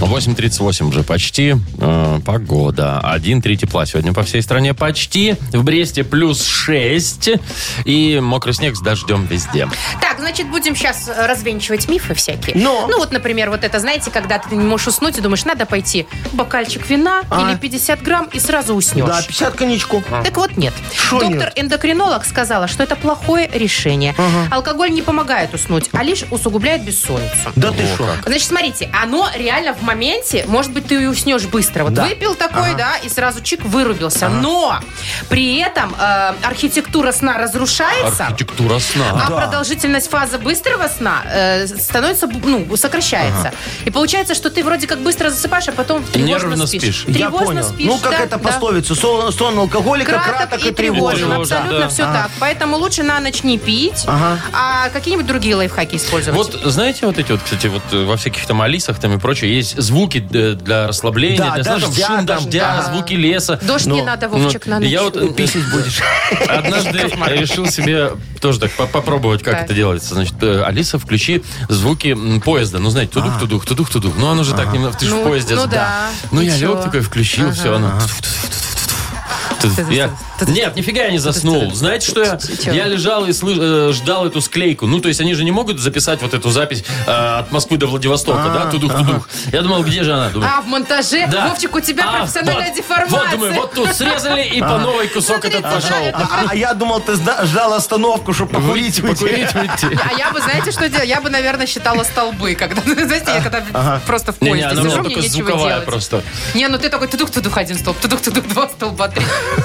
8.38 уже почти. Э, погода. 1-3 тепла сегодня по всей стране почти. В Бресте плюс 6. И мокрый снег с дождем везде.
Так, значит, будем сейчас развенчивать мифы всякие.
Но.
Ну, вот, например, вот это, знаете, когда ты не можешь уснуть и думаешь, надо пойти бокальчик вина
А.
или 50 грамм и сразу уснешь.
Да, 50 коньячку.
Так вот нет.
Шо
Доктор-эндокринолог сказала, что это плохое решение. Алкоголь не помогает уснуть, а лишь усугубляет бессонницу.
Да ты что?
Значит, смотрите, оно реально в моменте, может быть, ты и уснешь быстро. Вот
Да.
выпил такой, да, и сразу чик вырубился. Но при этом э, архитектура сна разрушается.
Архитектура сна.
А продолжительность фазы быстрого сна э, становится, ну, сокращается. И получается, что ты вроде как быстро засыпаешь, а потом тревожно
Нервно
спишь.
спишь.
Я
Тревожно
понял.
спишь,
ну, как
да, да.
это пословица? Сон, сон алкоголика, краток,
Краток и
тревожен.
тревожен. Абсолютно
Да.
все так. Поэтому лучше на ночь не пить,
Ага.
а какие-нибудь другие лайфхаки использовать.
Вот, знаете, вот эти вот, кстати, вот э, во всяких там Алисах там и прочее, есть звуки э, для расслабления,
Да,
для, знаешь, там
дождя
шум
там,
дождя,
да.
звуки леса.
Дождь не надо, Вовчик,
ну,
на ночь.
Я вот э,
Писать будешь.
(laughs) Однажды решил себе тоже так по- попробовать, как
Так.
это делается. Значит, э, Алиса, включи звуки м, поезда. Ну, знаете,
А.
тудух-тудух, тудух-тудух. Ну, оно же так немного, ты же
Ну,
в поезде.
ну
с-
да.
Ну,
И
я
чё?
лег такой, включил, все, оно... Тут я- Нет, нифига я не заснул. Знаете, что я?
чё?
Я лежал и слы- э, ждал эту склейку. Ну, то есть они же не могут записать вот эту запись э, от Москвы до Владивостока, да? Тудух-тудух. Я думал, где же она? Думаю,
А в монтаже,
да.
Вовчик, у тебя
А,
профессиональная
вот.
деформация.
Вот, думаю, вот тут срезали, и по новой кусок
Смотри,
этот
да,
пошел.
это-
А, а я думал, ты зда- ждал остановку, чтобы покурить.
Выйти, покурить, выйти.
А я бы, знаете, что делала? Я бы, наверное, считала столбы, когда, (laughs) знаете, я когда просто в
Не-не,
поезде
она у
сижу,
меня
мне
только
нечего
звуковая
делать.
просто.
Не, ну ты такой тудух-тудух один столб, тудух-тудух два столба, три.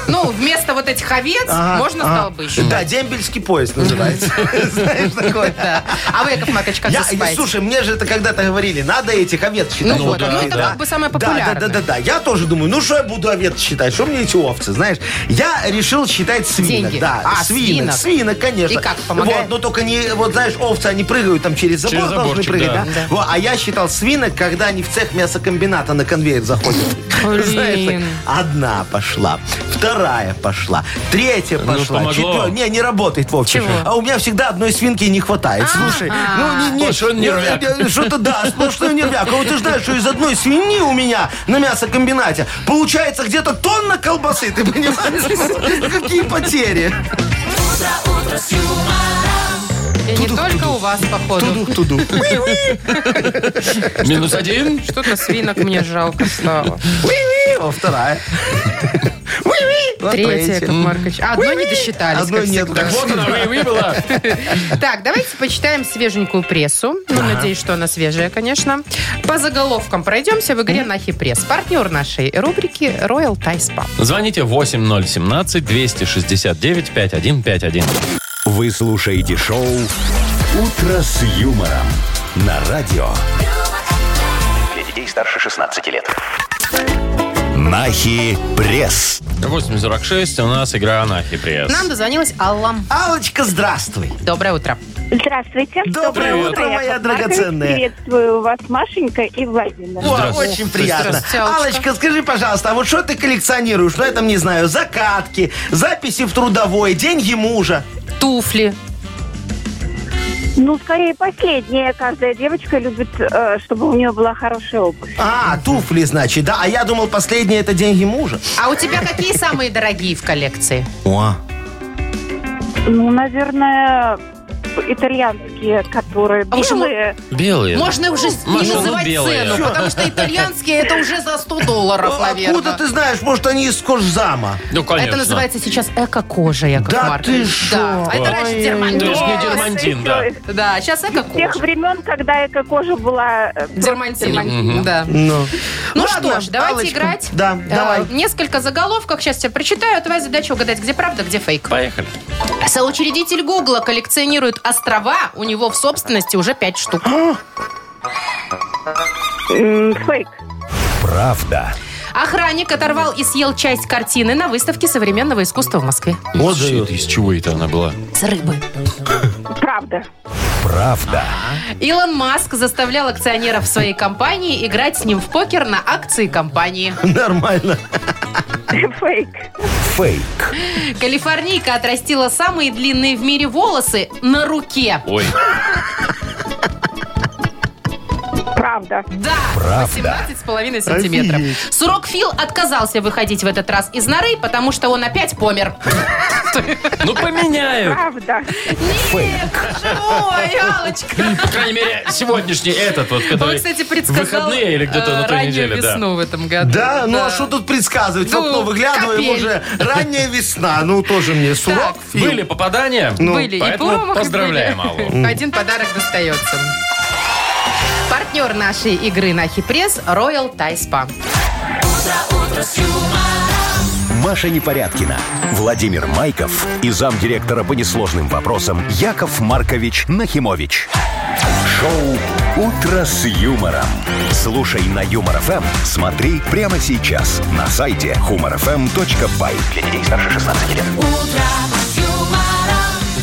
Ну, вместо вот этих овец
Ага,
можно
ага.
столбы еще.
Да, дембельский поезд называется. Знаешь, такой.
Да. А вы, Яков Маркович, как
Я,
засыпаете?
слушай, мне же это когда-то говорили, надо этих овец считать.
Ну вот, ну это как бы самое
Да,
популярное.
Да, да, да, да. Я тоже думаю, ну что я буду овец считать, что мне эти овцы, знаешь? Я решил считать свинок.
Деньги.
Да,
А, свинок.
свинок. Свинок, конечно.
И как, помогает?
Вот, но только не, вот знаешь, овцы, они прыгают там через забор,
Через
должны
заборчик,
прыгать,
да.
да? Во, а я считал свинок, когда они в цех мясокомбината на конвейер заходят. Знаешь, так, Одна пошла, вторая пошла, третья пошла,
Ну, помогло.
четвертая. Не, не работает, Вовчик.
Чего? А,
А у меня всегда одной свинки не хватает. Слушай, ну не, не,
Сплошной
не,
нервяк.
не, не, что-то да, сплошной нервяк. А вот ты знаешь, что из одной свиньи у меня на мясокомбинате получается где-то тонна колбасы, ты понимаешь? Какие потери.
И не только у вас, походу.
Туду-туду.
Минус один.
Что-то свинок мне жалко стало.
Уи-уи. О, вторая. Уи-уи. (laughs) Вот
Третья, Яков Маркович. А, Одной не досчитались,
Одной
как
нет.
всегда.
Так
Вот она, вы была.
Так, давайте почитаем свеженькую прессу. Ну, надеюсь, что она свежая, конечно. По заголовкам пройдемся в игре «Нахи пресс». Партнер нашей рубрики Royal Thai Spa.
Звоните 8017-269-5151.
Вы слушаете шоу «Утро с юмором» на радио.
Для детей старше 16 лет.
Нахи пресс.
846 у нас игра Анахи Пресс.
Нам дозвонилась Алла.
Алочка, здравствуй.
Доброе утро.
Здравствуйте.
Доброе
Привет.
утро, моя
Яков Маркович.
драгоценная.
Приветствую вас, Машенька и Владимир.
О,
Здравствуйте.
очень приятно.
Здравствуйте, Аллочка.
Алочка, скажи, пожалуйста, а вот что ты коллекционируешь? Ну, я там не знаю, закатки, записи в трудовой, деньги мужа.
Туфли.
Ну, скорее последнее. Каждая девочка любит, э, чтобы у нее была хорошая обувь.
А, туфли, значит, да. А я думал, последнее это деньги мужа.
А у тебя какие самые дорогие в коллекции?
О,
Ну, наверное, итальянские, которые
А уж
белые.
Белые.
Можно уже не
Маша, ну,
называть
белые.
цену,
Чё?
потому что итальянские это уже за 100 долларов,
Ну, откуда
наверное.
ты знаешь? Может, они из кожзама? (laughs)
Ну, конечно.
Это называется сейчас эко-кожа, Яков
Да
Маркович.
ты шо?
Да, а это
Ой. То
раньше
есть не
Да,
дермантин.
дермантин,
это еще
Да, сейчас
С тех
эко-кожа.
времен, когда эта кожа была... э, просто
Дермантин.
дермантином.
Да.
Ну,
Ну
Ладно,
что ж, давайте
Аллочка.
играть.
Да,
Э,
давай.
Несколько заголовков сейчас тебе прочитаю. а Твоя задача угадать, где правда, где фейк.
Поехали.
Соучредитель Гугла коллекционирует острова. У него в собственности уже пять штук.
М, Фейк.
Правда.
Охранник оторвал и съел часть картины на выставке современного искусства в Москве.
Вот
Щит,
дают.
Из чего это она была?
С рыбы.
Правда. (laughs)
Правда.
Илон Маск заставлял акционеров своей компании играть с ним в покер на акции компании.
Нормально.
Фейк.
Фейк.
Калифорнийка отрастила самые длинные в мире волосы на руке.
Ой,
Правда.
Да,
Правда.
18,5 сантиметров. Сурок Фил отказался выходить в этот раз из норы, потому что он опять помер.
ну
(laughs)
поменяю.
Правда.
Нет, ой, Алочка.
По крайней мере, сегодняшний этот вот, который
Он, кстати, предсказал
выходные или где-то
э,
на той
раннюю
неделе, да.
весну в этом году.
Да, ну а что тут предсказывать? В
Ну,
окно выглядываем
капель.
уже. Ранняя весна. Ну, тоже мне сурок.
Так.
Фил.
Были попадания?
были и
поэтому
промахи
поздравляем
были.
Аллу.
Один подарок достается. Партнер нашей игры на Хипресс Royal Thai Spa.
Маша Непорядкина, Владимир Майков и замдиректора по несложным вопросам Яков Маркович Нахимович. Шоу «Утро с юмором». Слушай на Юмор ФМ, смотри прямо сейчас на сайте humorfm.by. Для детей старше 16 лет.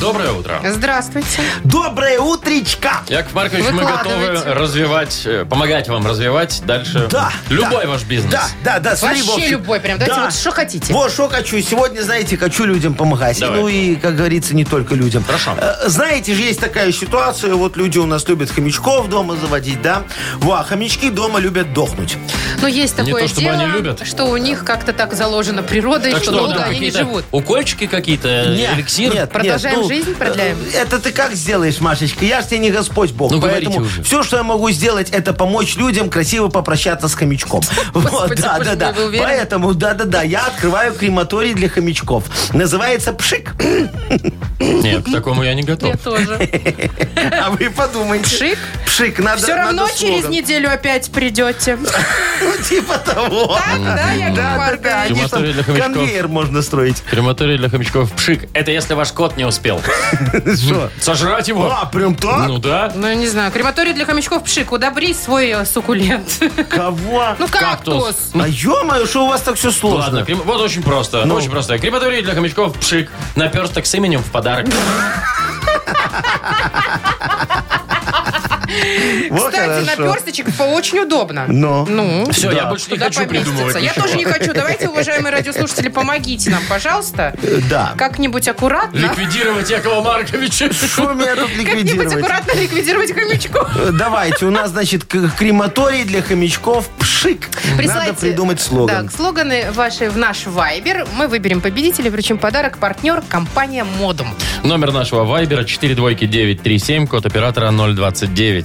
Доброе утро.
Здравствуйте.
Доброе утречка.
Яков Маркович, мы готовы
Выкладывайте.
развивать, э, помогать вам развивать дальше
Да.
любой
да.
ваш бизнес.
Да, да, да. смотри,
Вообще
Вовчик.
любой прям. Давайте
Да.
вот что хотите.
Вот что хочу. Сегодня, знаете, хочу людям помогать.
Давай.
Ну и, как говорится, не только людям.
Хорошо.
Э, Знаете же, есть такая ситуация. Вот люди у нас любят хомячков дома заводить, да? Во, а хомячки дома любят дохнуть.
Но Ну, есть
Не
такое
то, чтобы
дело,
они любят.
что у них как-то так заложено природой,
Так
что,
что,
долго
да,
они не
какие-то
живут.
Укольчики какие-то, Э, эликсир.
нет,
Продолжаем жизнь, продляем?
э, Это ты как сделаешь, Машечка? Я ж тебе не Господь Бог.
Ну, говорите
поэтому
уже.
все, что я могу сделать, это помочь людям красиво попрощаться с хомячком. Вот,
(laughs) Господи,
да,
боже
да,
мой,
да.
вы уверены?
Поэтому, да, да, да, я открываю крематорий для хомячков.
(laughs)
Называется пшик.
Нет, к такому я не готов.
Я (laughs) тоже.
А вы подумайте.
Пшик?
Пшик, надо
Все
надо
равно через
слоган.
неделю опять придете.
Ну, (laughs) типа того.
Да, Яков
Да, да, да.
Маркович?
они ж там
Крематорий для хомячков.
Конвейер можно строить. (laughs)
Крематорий для хомячков пшик. Это если ваш кот не успел. (laughs)
Что?
Сожрать его.
А, прям так?
Ну да.
Ну, я не знаю, крематорий для хомячков пшик, удобри свой э, суккулент.
Кого?
(laughs) Ну, кактус.
А ё-моё, что у вас так все
Ладно,
сложно?
крем- вот очень просто. Очень просто. Крематорий для хомячков пшик. Наперсток с именем в подарок.
Вот
Кстати,
хорошо.
наперсточек по- очень удобно.
Но.
Ну,
Все, я больше не
туда
хочу придумывать.
поместится. Я
ничего.
тоже не хочу. Давайте, уважаемые радиослушатели, помогите нам, пожалуйста.
Да.
Как-нибудь аккуратно.
Ликвидировать Якова Марковича.
Что меня тут
Как-нибудь
ликвидировать?
аккуратно ликвидировать хомячков.
Э, Давайте, у нас, значит, к- крематорий для хомячков пшик.
Присылайте-
Надо придумать слоган.
Так, слоганы ваши в наш Вайбер. Мы выберем победителя, вручим подарок партнер компания Модум.
Номер нашего вайбера 42937, код оператора 029.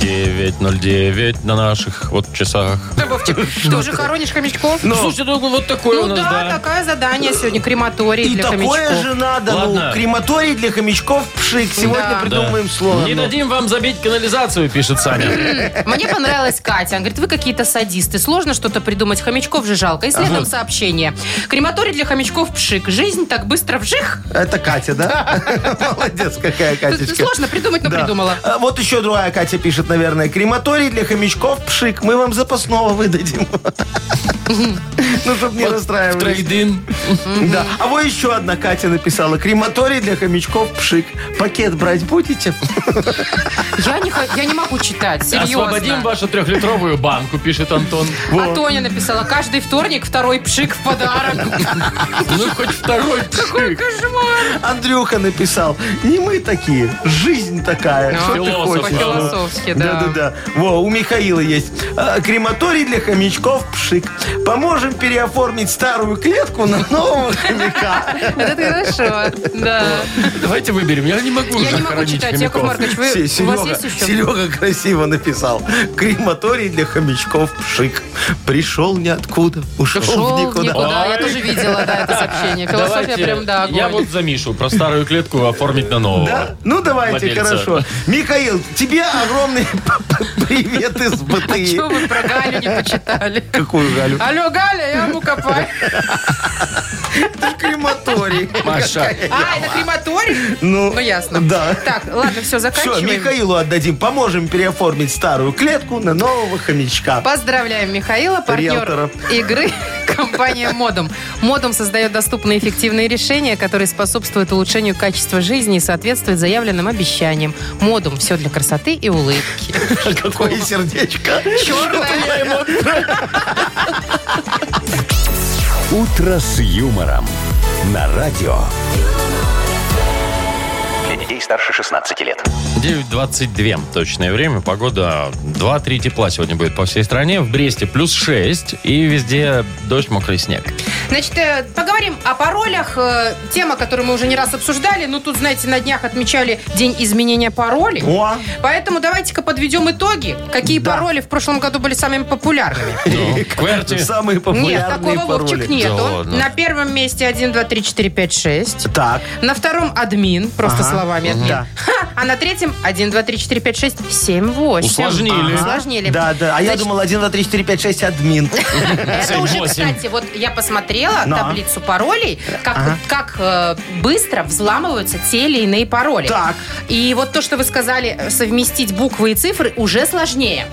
909 на наших вот часах.
Да,
(laughs)
Вовчик, ты уже хоронишь хомячков?
Слушайте, ну вот такое у
Ну
нас,
да, такое задание сегодня, крематорий
И
для
такое
хомячков.
же надо.
Ладно.
Ну, крематорий для хомячков пшик. Сегодня
Да.
придумаем слоган.
Не
Ну.
дадим вам забить канализацию, пишет Саня.
Мне понравилась Катя. Она говорит, вы какие-то садисты. Сложно что-то придумать. Хомячков же жалко. И следом сообщение. Крематорий для хомячков пшик. Жизнь так быстро вжих. (laughs)
Это Катя, да? Молодец, какая
Тут
Катечка.
Сложно придумать, но
Да.
придумала.
А Вот еще другая Катя пишет. наверное. Крематорий для хомячков пшик. Мы вам запасного выдадим. (laughs) Ну, чтобы не
В
расстраивались.
трейдин.
Да. А вот еще одна Катя написала. Крематорий для хомячков пшик. Пакет брать будете?
Я не, хо- я не могу читать, серьезно.
Освободим вашу трехлитровую банку, пишет Антон.
А Тоня написала, каждый вторник второй пшик в подарок.
Ну, хоть второй пшик.
Андрюха написал. Не мы такие. Жизнь такая.
Ну,
Что ты
философ,
хочешь?
по-философски, да.
Да-да-да. Во, у Михаила есть. а, Крематорий для хомячков пшик. Поможем переоформить старую клетку на нового хомяка.
Это ты хорошо, да.
Давайте выберем. Я не могу
Я
уже
не могу
хоронить
читать, Яков
хомяков.
(laughs) Маркович, вы-
Се-
у вас
Серега,
есть еще?
Серега красиво написал. Крематорий для хомячков пшик. Пришел ниоткуда, ушел,
Шел
в никуда.
никуда. Я
Ой.
тоже видела, да, это сообщение. Философия
Давайте,
прям, да,
Я
огонь.
вот за Мишу. Про старую клетку оформить на нового.
Да? Ну давайте,
Владельца.
хорошо. Михаил, тебе огромный (laughs) привет из
Чего
БТИ.
А вы А про Галю не почитали?
Какую Галю?
Алло, Галя, я вам копаю.
Это ж крематорий.
Маша,
А, это крематорий?
Ну,
Ну, ясно.
да.
Так, ладно, все,
Все,
заканчиваем.
Михаилу отдадим. Поможем переоформить старую клетку на нового хомячка.
Поздравляем Михаила, партнер
Риэлтора.
игры (laughs) компания Модом. Модом создает доступные и эффективные решения, которые способствуют улучшению качества жизни и соответствуют заявленным обещаниям. Модум все для красоты и улыбки.
Какое сердечко.
Черная.
«Утро с юмором» на радио.
Для детей старше 16 лет.
9.22 точное время. Погода 2-3 тепла сегодня будет по всей стране. В Бресте плюс 6 и везде дождь, мокрый снег.
Значит, э, поговорим о паролях. Э, Тема, которую мы уже не раз обсуждали. Ну, тут, знаете, на днях отмечали День изменения паролей.
О,
Поэтому давайте-ка подведем итоги. Какие
Да.
пароли в прошлом году были самыми
(laughs)
популярными?
Ну, Кверти.
самые
Нет,
популярные
такого, Вовчик,
пароли.
нету.
Да ладно.
На первом месте 1, 2, 3, 4, 5, 6.
Так,
На втором админ, просто
Ага.
словами админ.
да.
Ха! А на третьем 1, 2, 3, 4, 5, 6, 7, 8.
Усложнили.
Усложнили.
Да, да. А я
Значит,
думал 1, 2, 3, 4, 5, 6
(laughs)
админ.
Это
Семь,
уже,
восемь.
кстати, вот я посмотрела
Но.
таблицу паролей, как, как э, быстро взламываются те или иные пароли.
Так.
И вот то, что вы сказали, э, совместить буквы и цифры уже сложнее.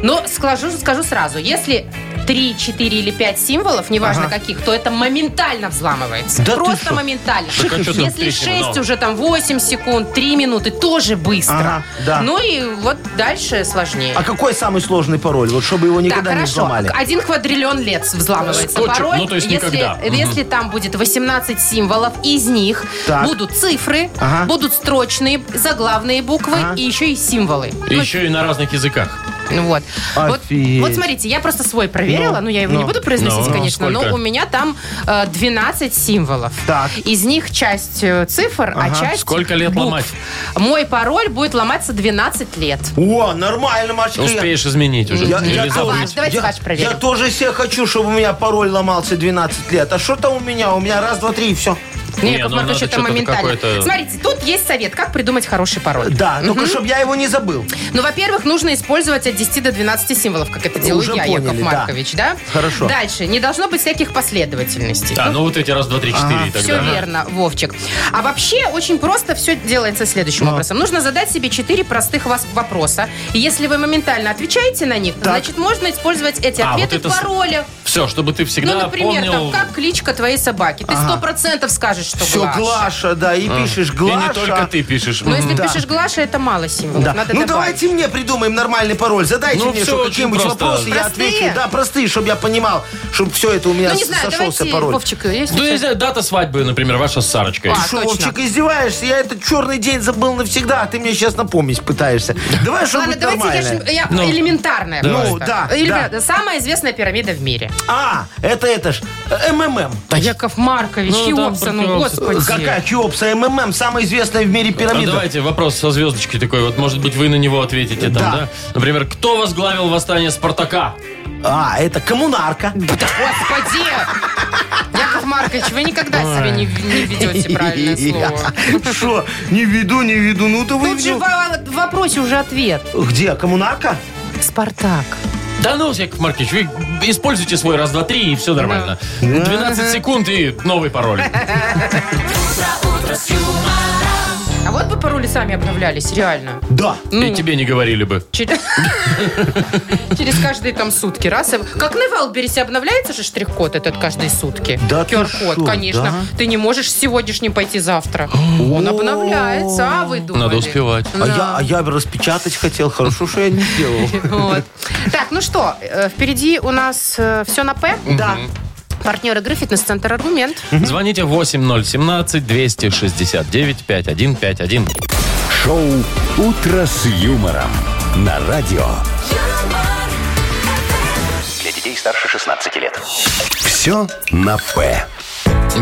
Но скажу, скажу сразу, если 3, 4 или 5 символов, неважно
Ага.
каких, то это моментально взламывается.
Да ты
Просто
шо?
моментально.
Так а чё там
Если
третьего
6,
нового?
уже там 8 секунд, 3 минуты, тоже быстро.
Ага, да.
Ну и вот дальше сложнее.
А какой самый сложный пароль? Вот чтобы его никогда
так,
не
хорошо. А-
взломали.
Один квадриллион лет взламывается
Скотчем,
пароль.
ну, то есть
если,
никогда. Мгм.
если там будет 18 символов, из них
Так.
будут цифры,
Ага.
будут строчные, заглавные буквы
Ага.
и еще и символы.
И Еще и на разных языках.
Ну, Вот. вот.
Офигеть.
вот смотрите, я просто свой проверила,
Ну,
ну, я его не
ну.
буду произносить,
Ну,
конечно,
сколько?
но у меня там э, 12 символов.
Так.
Из них часть э, цифр, а
Ага.
часть
Сколько лет
букв.
ломать?
Мой пароль будет ломаться 12 лет.
О, нормально, Машечка. я-
Успеешь изменить уже.
Я-
Или
я
А ваш?
забыть.
Давайте
я,
ваш проверим.
я тоже себе хочу, чтобы у меня пароль ломался 12 лет. А что там у меня? У меня раз, два, три и все.
Не,
Не,
Яков
ну
Маркович,
надо
это
что-то
моментально.
какое-то-
Смотрите, тут есть совет, как придумать хороший пароль.
Да, только чтобы я его не забыл.
Ну, во-первых, нужно использовать от 10 до 12 символов, как это делаю
Уже
я,
поняли,
Яков
да.
Маркович, да?
Хорошо.
Дальше. Не должно быть всяких последовательностей.
Да, ну вот эти раз, два, три, четыре и так
Все
далее.
верно, Вовчик. А вообще очень просто все делается
Ну.
следующим образом. Нужно задать себе четыре простых вас вопроса. И если вы моментально отвечаете на них, значит, можно использовать эти
А,
ответы
вот это
в
с-
паролях.
Все, чтобы ты
Ну,
всегда
например,
помнил...
там, как кличка твоей собаки. Ты сто процентов скажешь, что
Все,
Глаша. А.
Глаша. да, и пишешь
И
Глаша.
не только ты пишешь.
Но если
М,
Да.
пишешь Глаша, это мало символов.
Да.
Надо
ну
добавить.
давайте мне придумаем нормальный пароль. Задайте
Ну,
мне
всё
что,
очень
какие-нибудь
просто.
вопросы, я
Простые?
отвечу. Да, простые, чтобы я понимал, чтобы все это у меня
Ну, не
с-
знаю,
сошелся
давайте,
пароль.
Вовчик, если
Ну, я
чё-
не знаю, дата свадьбы, например, ваша с Сарочкой.
А,
Ты Что,
точно.
Вовчик, издеваешься? Я этот черный день забыл навсегда, а ты мне сейчас напомнить пытаешься. Давай
Ладно,
что-нибудь
давайте я,
нормальное.
ж- я
Ну.
элементарное.
Давай.
просто.
Ну, да,
Элемент-
да.
Самая известная пирамида в мире.
А, это это ж э, МММ.
Яков Маркович,
Ну, да,
Хеопса, ну,
Хеопса.
господи.
Какая Кеопса МММ, самая известная в мире
А
пирамида.
давайте вопрос со звездочкой такой. Вот, может быть, вы на него ответите там, да?
Да.
Например, кто возглавил восстание Спартака?
А, это коммунарка.
Да господи! Яков Маркович, вы никогда себе не, не ведете
(laughs)
правильное слово.
Что? Не веду, не веду. Ну ты
Тут же
выведел.
в, в вопросе уже ответ.
Где? Коммунарка?
Спартак.
Да ну, Яков Маркович, вы используйте свой раз, два, три, и все нормально. 12 секунд и новый пароль.
А вот бы пароли сами обновлялись, реально.
Да.
И тебе не говорили бы.
Через, (laughs) через каждые там сутки. Раз. и- Как на Валбересе обновляется же штрих-код этот каждые сутки.
Да ты
QR-код,
шо,
конечно.
да?
Ты не можешь с сегодняшним пойти завтра. Он обновляется, а вы думали.
Надо успевать.
А я, а я бы распечатать хотел. Хорошо, что я не (laughs) сделал.
Вот. Так, ну что, э, впереди у нас все на П. Да. Партнер игры «Фитнес-центр Аргумент».
Звоните 8017-269-5151.
Шоу «Утро с юмором» на радио.
Для детей старше 16 лет.
Все на «П».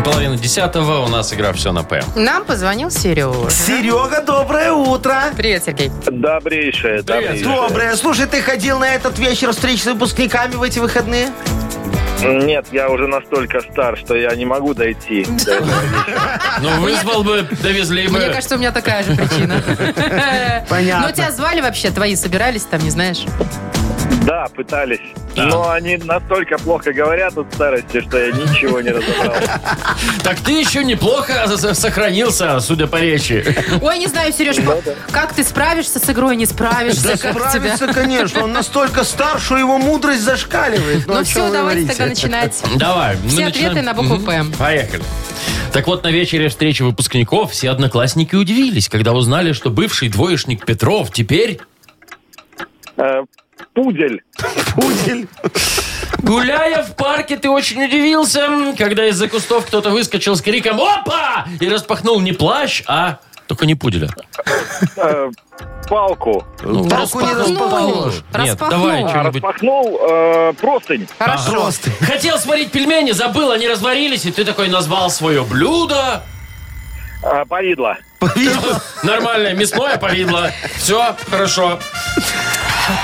Половина десятого, у нас игра «Все на П».
Нам позвонил Сережа.
Серега, доброе утро.
Привет, Сергей.
Добрейшее,
Привет.
Доброе. Слушай, ты ходил на этот вечер встреч с выпускниками в эти выходные?
Нет, я уже настолько стар, что я не могу дойти.
Ну, вызвал бы, довезли
Мне
бы.
кажется, у меня такая же причина.
(laughs) Понятно.
Но тебя звали вообще, твои собирались там, не знаешь?
Да, пытались. Но они настолько плохо говорят от старости, что я ничего не разобрал.
Так ты еще неплохо с- с- сохранился, судя по речи.
Ой, не знаю, Сереж, как ты справишься с игрой, не справишься,
Да
как тебя?
справится, конечно. Он настолько стар, что его мудрость зашкаливает. о
Ну
чем
все,
вы
давайте
говорите?
тогда
(laughs)
начинать.
Давай. мы
Все
начинаем.
ответы на букву
Мгм.
«П».
Поехали. Так вот, на вечере встречи выпускников все одноклассники удивились, когда узнали, что бывший двоечник Петров теперь
Э, Пудель.
Пудель.
Гуляя в парке, ты очень удивился, м, когда из-за кустов кто-то выскочил с криком «Опа!» и распахнул не плащ, а... Только не пуделя.
Э, Палку.
Ну,
Палку не
распахнул.
распахнешь.
Нет,
Распахнул.
давай
А,
А
что-нибудь.
распахнул э, простынь.
Хорошо.
Просто.
Хотел сварить пельмени, забыл, они разварились, и ты такой назвал свое блюдо. (laughs)
э, Повидло.
Нормальное мясное повидло. Все, хорошо.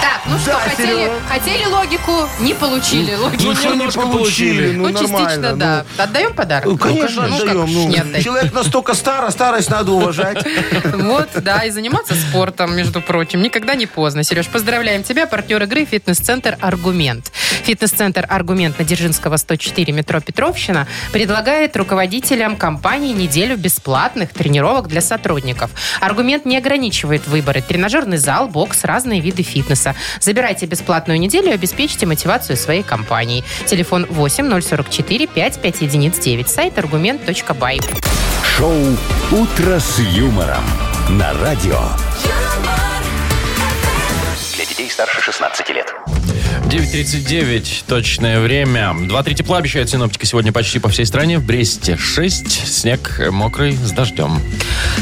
Так, ну что,
Да,
хотели,
Серега.
хотели логику, не получили
Ну,
логику.
что немножко получили.
Ну, частично, да. Отдаем подарок?
Ну, конечно,
Ну, как
отдаем.
ж
Ну,
не отдать?
человек настолько стар, а старость надо
(laughs)
уважать.
Вот, да, и заниматься спортом, между прочим, никогда не поздно. Сереж, поздравляем тебя, партнер игры «Фитнес-центр Аргумент». «Фитнес-центр Аргумент» на Дзержинского, 104, метро Петровщина предлагает руководителям компании неделю бесплатных тренировок для сотрудников. «Аргумент» не ограничивает выборы. Тренажерный зал, бокс, разные виды фитнеса. Забирайте бесплатную неделю и обеспечьте мотивацию своей компании. Телефон 8 044 55 единиц 9. Сайт аргумент.бай.
Шоу «Утро с юмором» на радио.
Для детей старше 16 лет.
9.39, точное время. 2-3 тепла обещают синоптики сегодня почти по всей стране. В Бресте 6, снег э, мокрый с дождем.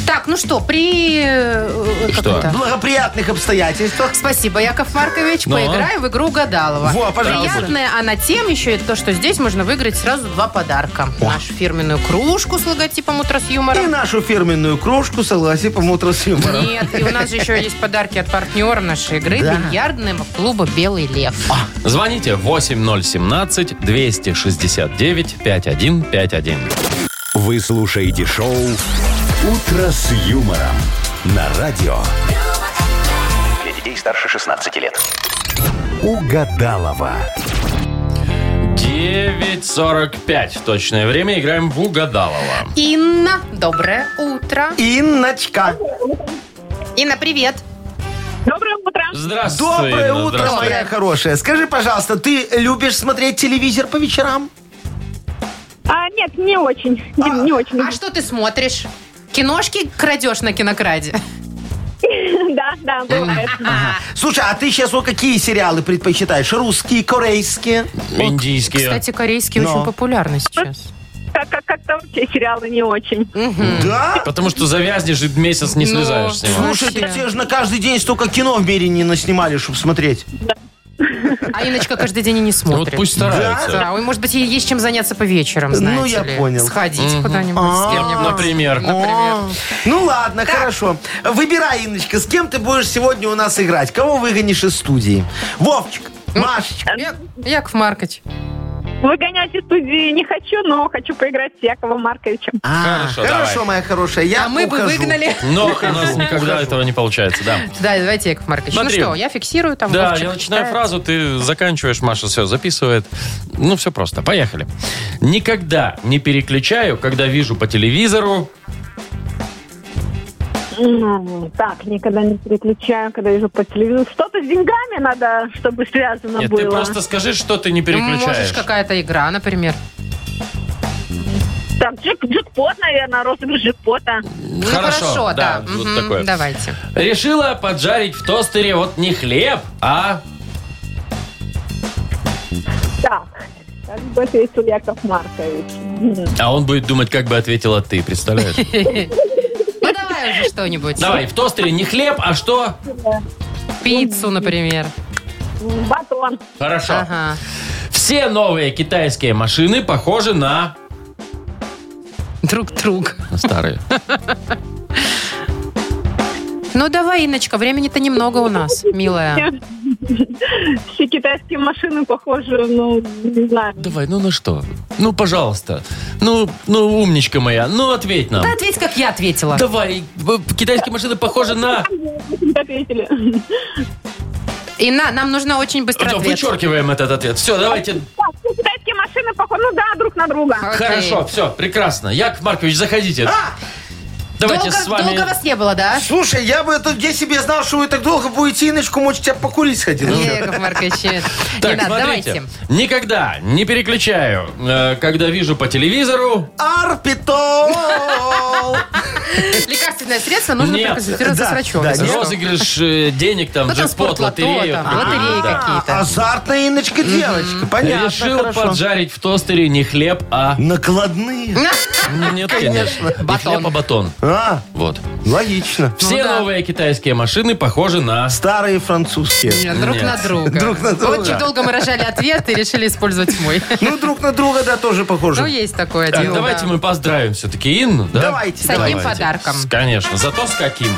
Так, ну что, при... э, как
Что?
это?
благоприятных обстоятельствах.
Спасибо, Яков Маркович.
Ну?
Поиграем в игру Гадалова.
Во, пожалуйста.
Приятная она тем еще и то, что здесь можно выиграть сразу два подарка. Нашу фирменную кружку с логотипом «Утро с
И
юмором».
нашу фирменную кружку с логотипом «Утро с юмором».
Нет, и у нас же еще есть подарки от партнера нашей игры, бильярдного клуба «Белый лев».
А.
Звоните 8017-269-5151.
Вы слушаете шоу «Утро с юмором» на радио.
Для детей старше 16 лет.
Угадалова.
9.45, точное время, играем в Угадалова.
Инна, доброе утро.
Инночка.
Инна, привет.
Доброе утро.
Здравствуй,
Доброе
Инна,
утро,
здравствуй.
моя хорошая. Скажи, пожалуйста, ты любишь смотреть телевизор по вечерам?
А, нет, не очень. Не, не очень.
А что ты смотришь? Киношки крадешь на кинокраде?
(laughs) Да, да, бывает.
Слушай, а ты сейчас вот какие сериалы предпочитаешь? Русские, корейские?
Индийские.
Кстати, корейские
Но.
очень популярны сейчас.
Как- как- Как-то вообще сериалы не очень.
Да?
Потому что завязнешь и месяц не
Ну.
слезаешь с него.
Слушай,
Вообще.
ты тебе же на каждый день столько кино в мире не наснимали, чтобы смотреть.
А Иночка каждый день и
Ну,
не
вот
смотрит.
пусть старается.
Да, ой, может быть, ей есть чем заняться по вечерам, знаете
Ну, я
ли.
понял. А?
Сходить куда-нибудь с кем-нибудь.
Например.
О, Ну ладно, хорошо. Выбирай, Инночка, с кем ты будешь сегодня у нас играть? Кого выгонишь из студии? Вовчик,
Ну.
Машечка.
Я- Яков Маркович.
Выгонять из студии не хочу, но хочу поиграть с Яковом Марковичем.
А,
Хорошо, давай.
моя хорошая, я
а мы бы
ухожу.
выгнали.
Но у нас никогда этого не получается, да.
Да, давайте, Яков Маркович.
Смотри.
Ну что, я фиксирую там.
Да,
Вовчик
я начинаю
читает.
фразу, ты заканчиваешь, Маша все записывает. Ну, все просто. Поехали. Никогда не переключаю, когда вижу по телевизору...
М, Ну, Так, никогда не переключаю, когда вижу по телевизору. Что-то с деньгами надо, чтобы связано
Нет,
было.
ты просто скажи, что ты не
Ну, Можешь
переключаешь.
какая-то игра, например.
Там джек- джекпот, наверное, розыгрыш джекпота.
Ну,
Хорошо,
хорошо,
да,
да.
вот
Мгм,
такое.
Давайте.
Решила поджарить в тостере вот не хлеб, а...
Так, как бы ответил Яков Маркович. М,
А он будет думать, как бы ответила ты,
(laughs)
представляешь?
Ну, давай уже что-нибудь.
Давай, в тостере не хлеб, а что?
Пиццу, например.
м, Батон.
Хорошо.
Ага.
Все новые китайские машины похожи на...
Друг друг.
на старые.
Ну, давай, Иночка, времени-то немного у нас,
А.
милая.
(laughs) Все китайские машины похожи, ну, не знаю.
Давай, ну на что? Ну, пожалуйста. Ну, ну, умничка моя, ну ответь нам.
Да ответь, как я ответила.
Давай, б- китайские машины похожи на...
Ответили. (laughs)
И на, нам нужно очень быстро
Да,
ответ.
Вычеркиваем этот ответ. Все, давайте.
Так, все китайские машины похожи, ну да, друг на друга.
Окей.
Хорошо, все, прекрасно. Яков Маркович, заходите. Давайте
долго,
с вами...
долго вас не было, да?
А, Слушай, я бы тут, я себе знал, что вы так долго будете, Иночку, может, тебя покурить сходил.
Яков Маркович, не
Ну Так,
надо,
смотрите.
давайте.
Никогда не переключаю, э, когда вижу по телевизору.
Арпитол!
Лекарственное средство нужно
Нет.
проконсультироваться
Да,
с врачом.
да, нет.
Розыгрыш э, денег, там,
Ну, там
джекпот,
спортлото,
лотерею.
там, лотереи
Да.
какие-то.
Азартная Иночка девочка, понятно,
Решил
хорошо.
поджарить в тостере не хлеб,
(laughs)
а...
Накладные.
Нет, конечно. Не
Батон.
хлеб, а батон.
А,
Вот.
логично.
Все
да.
новые китайские машины похожи на...
Старые французские.
Нет, Друг
Нет.
на друга.
Друг на друга.
Очень долго мы рожали ответ и решили использовать мой.
Ну, друг на друга, да, тоже
Ну,
похожи.
есть такое
Так,
дело.
давайте
да.
мы поздравим все-таки Инну, да?
Давайте,
С одним
Давайте.
подарком.
С- Конечно, зато с каким.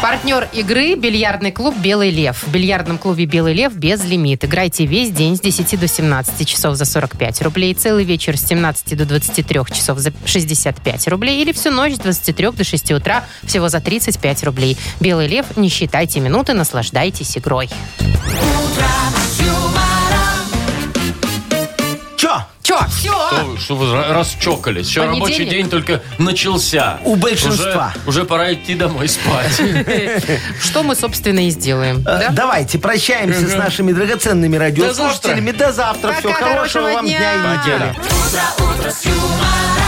Партнер игры – бильярдный клуб «Белый лев». В бильярдном клубе «Белый лев» без лимит. Играйте весь день с 10 до 17 часов за 45 рублей, целый вечер с 17 до 23 часов за 65 рублей или всю ночь с 23 до 6 утра всего за 35 рублей. «Белый лев» – не считайте минуты, наслаждайтесь игрой.
Чё?
Че? Все.
Что вы- Что вы ра- расчокались? Еще
Понедельник.
рабочий день только начался.
У большинства.
Уже, уже пора идти домой спать.
Что мы, собственно, и сделаем.
Э,
Да?
Давайте прощаемся с нашими драгоценными радиослушателями. До завтра.
Пока,
Всего хорошего
хорошего
вам
дня.
дня и недели.
Утро, утро с юмором.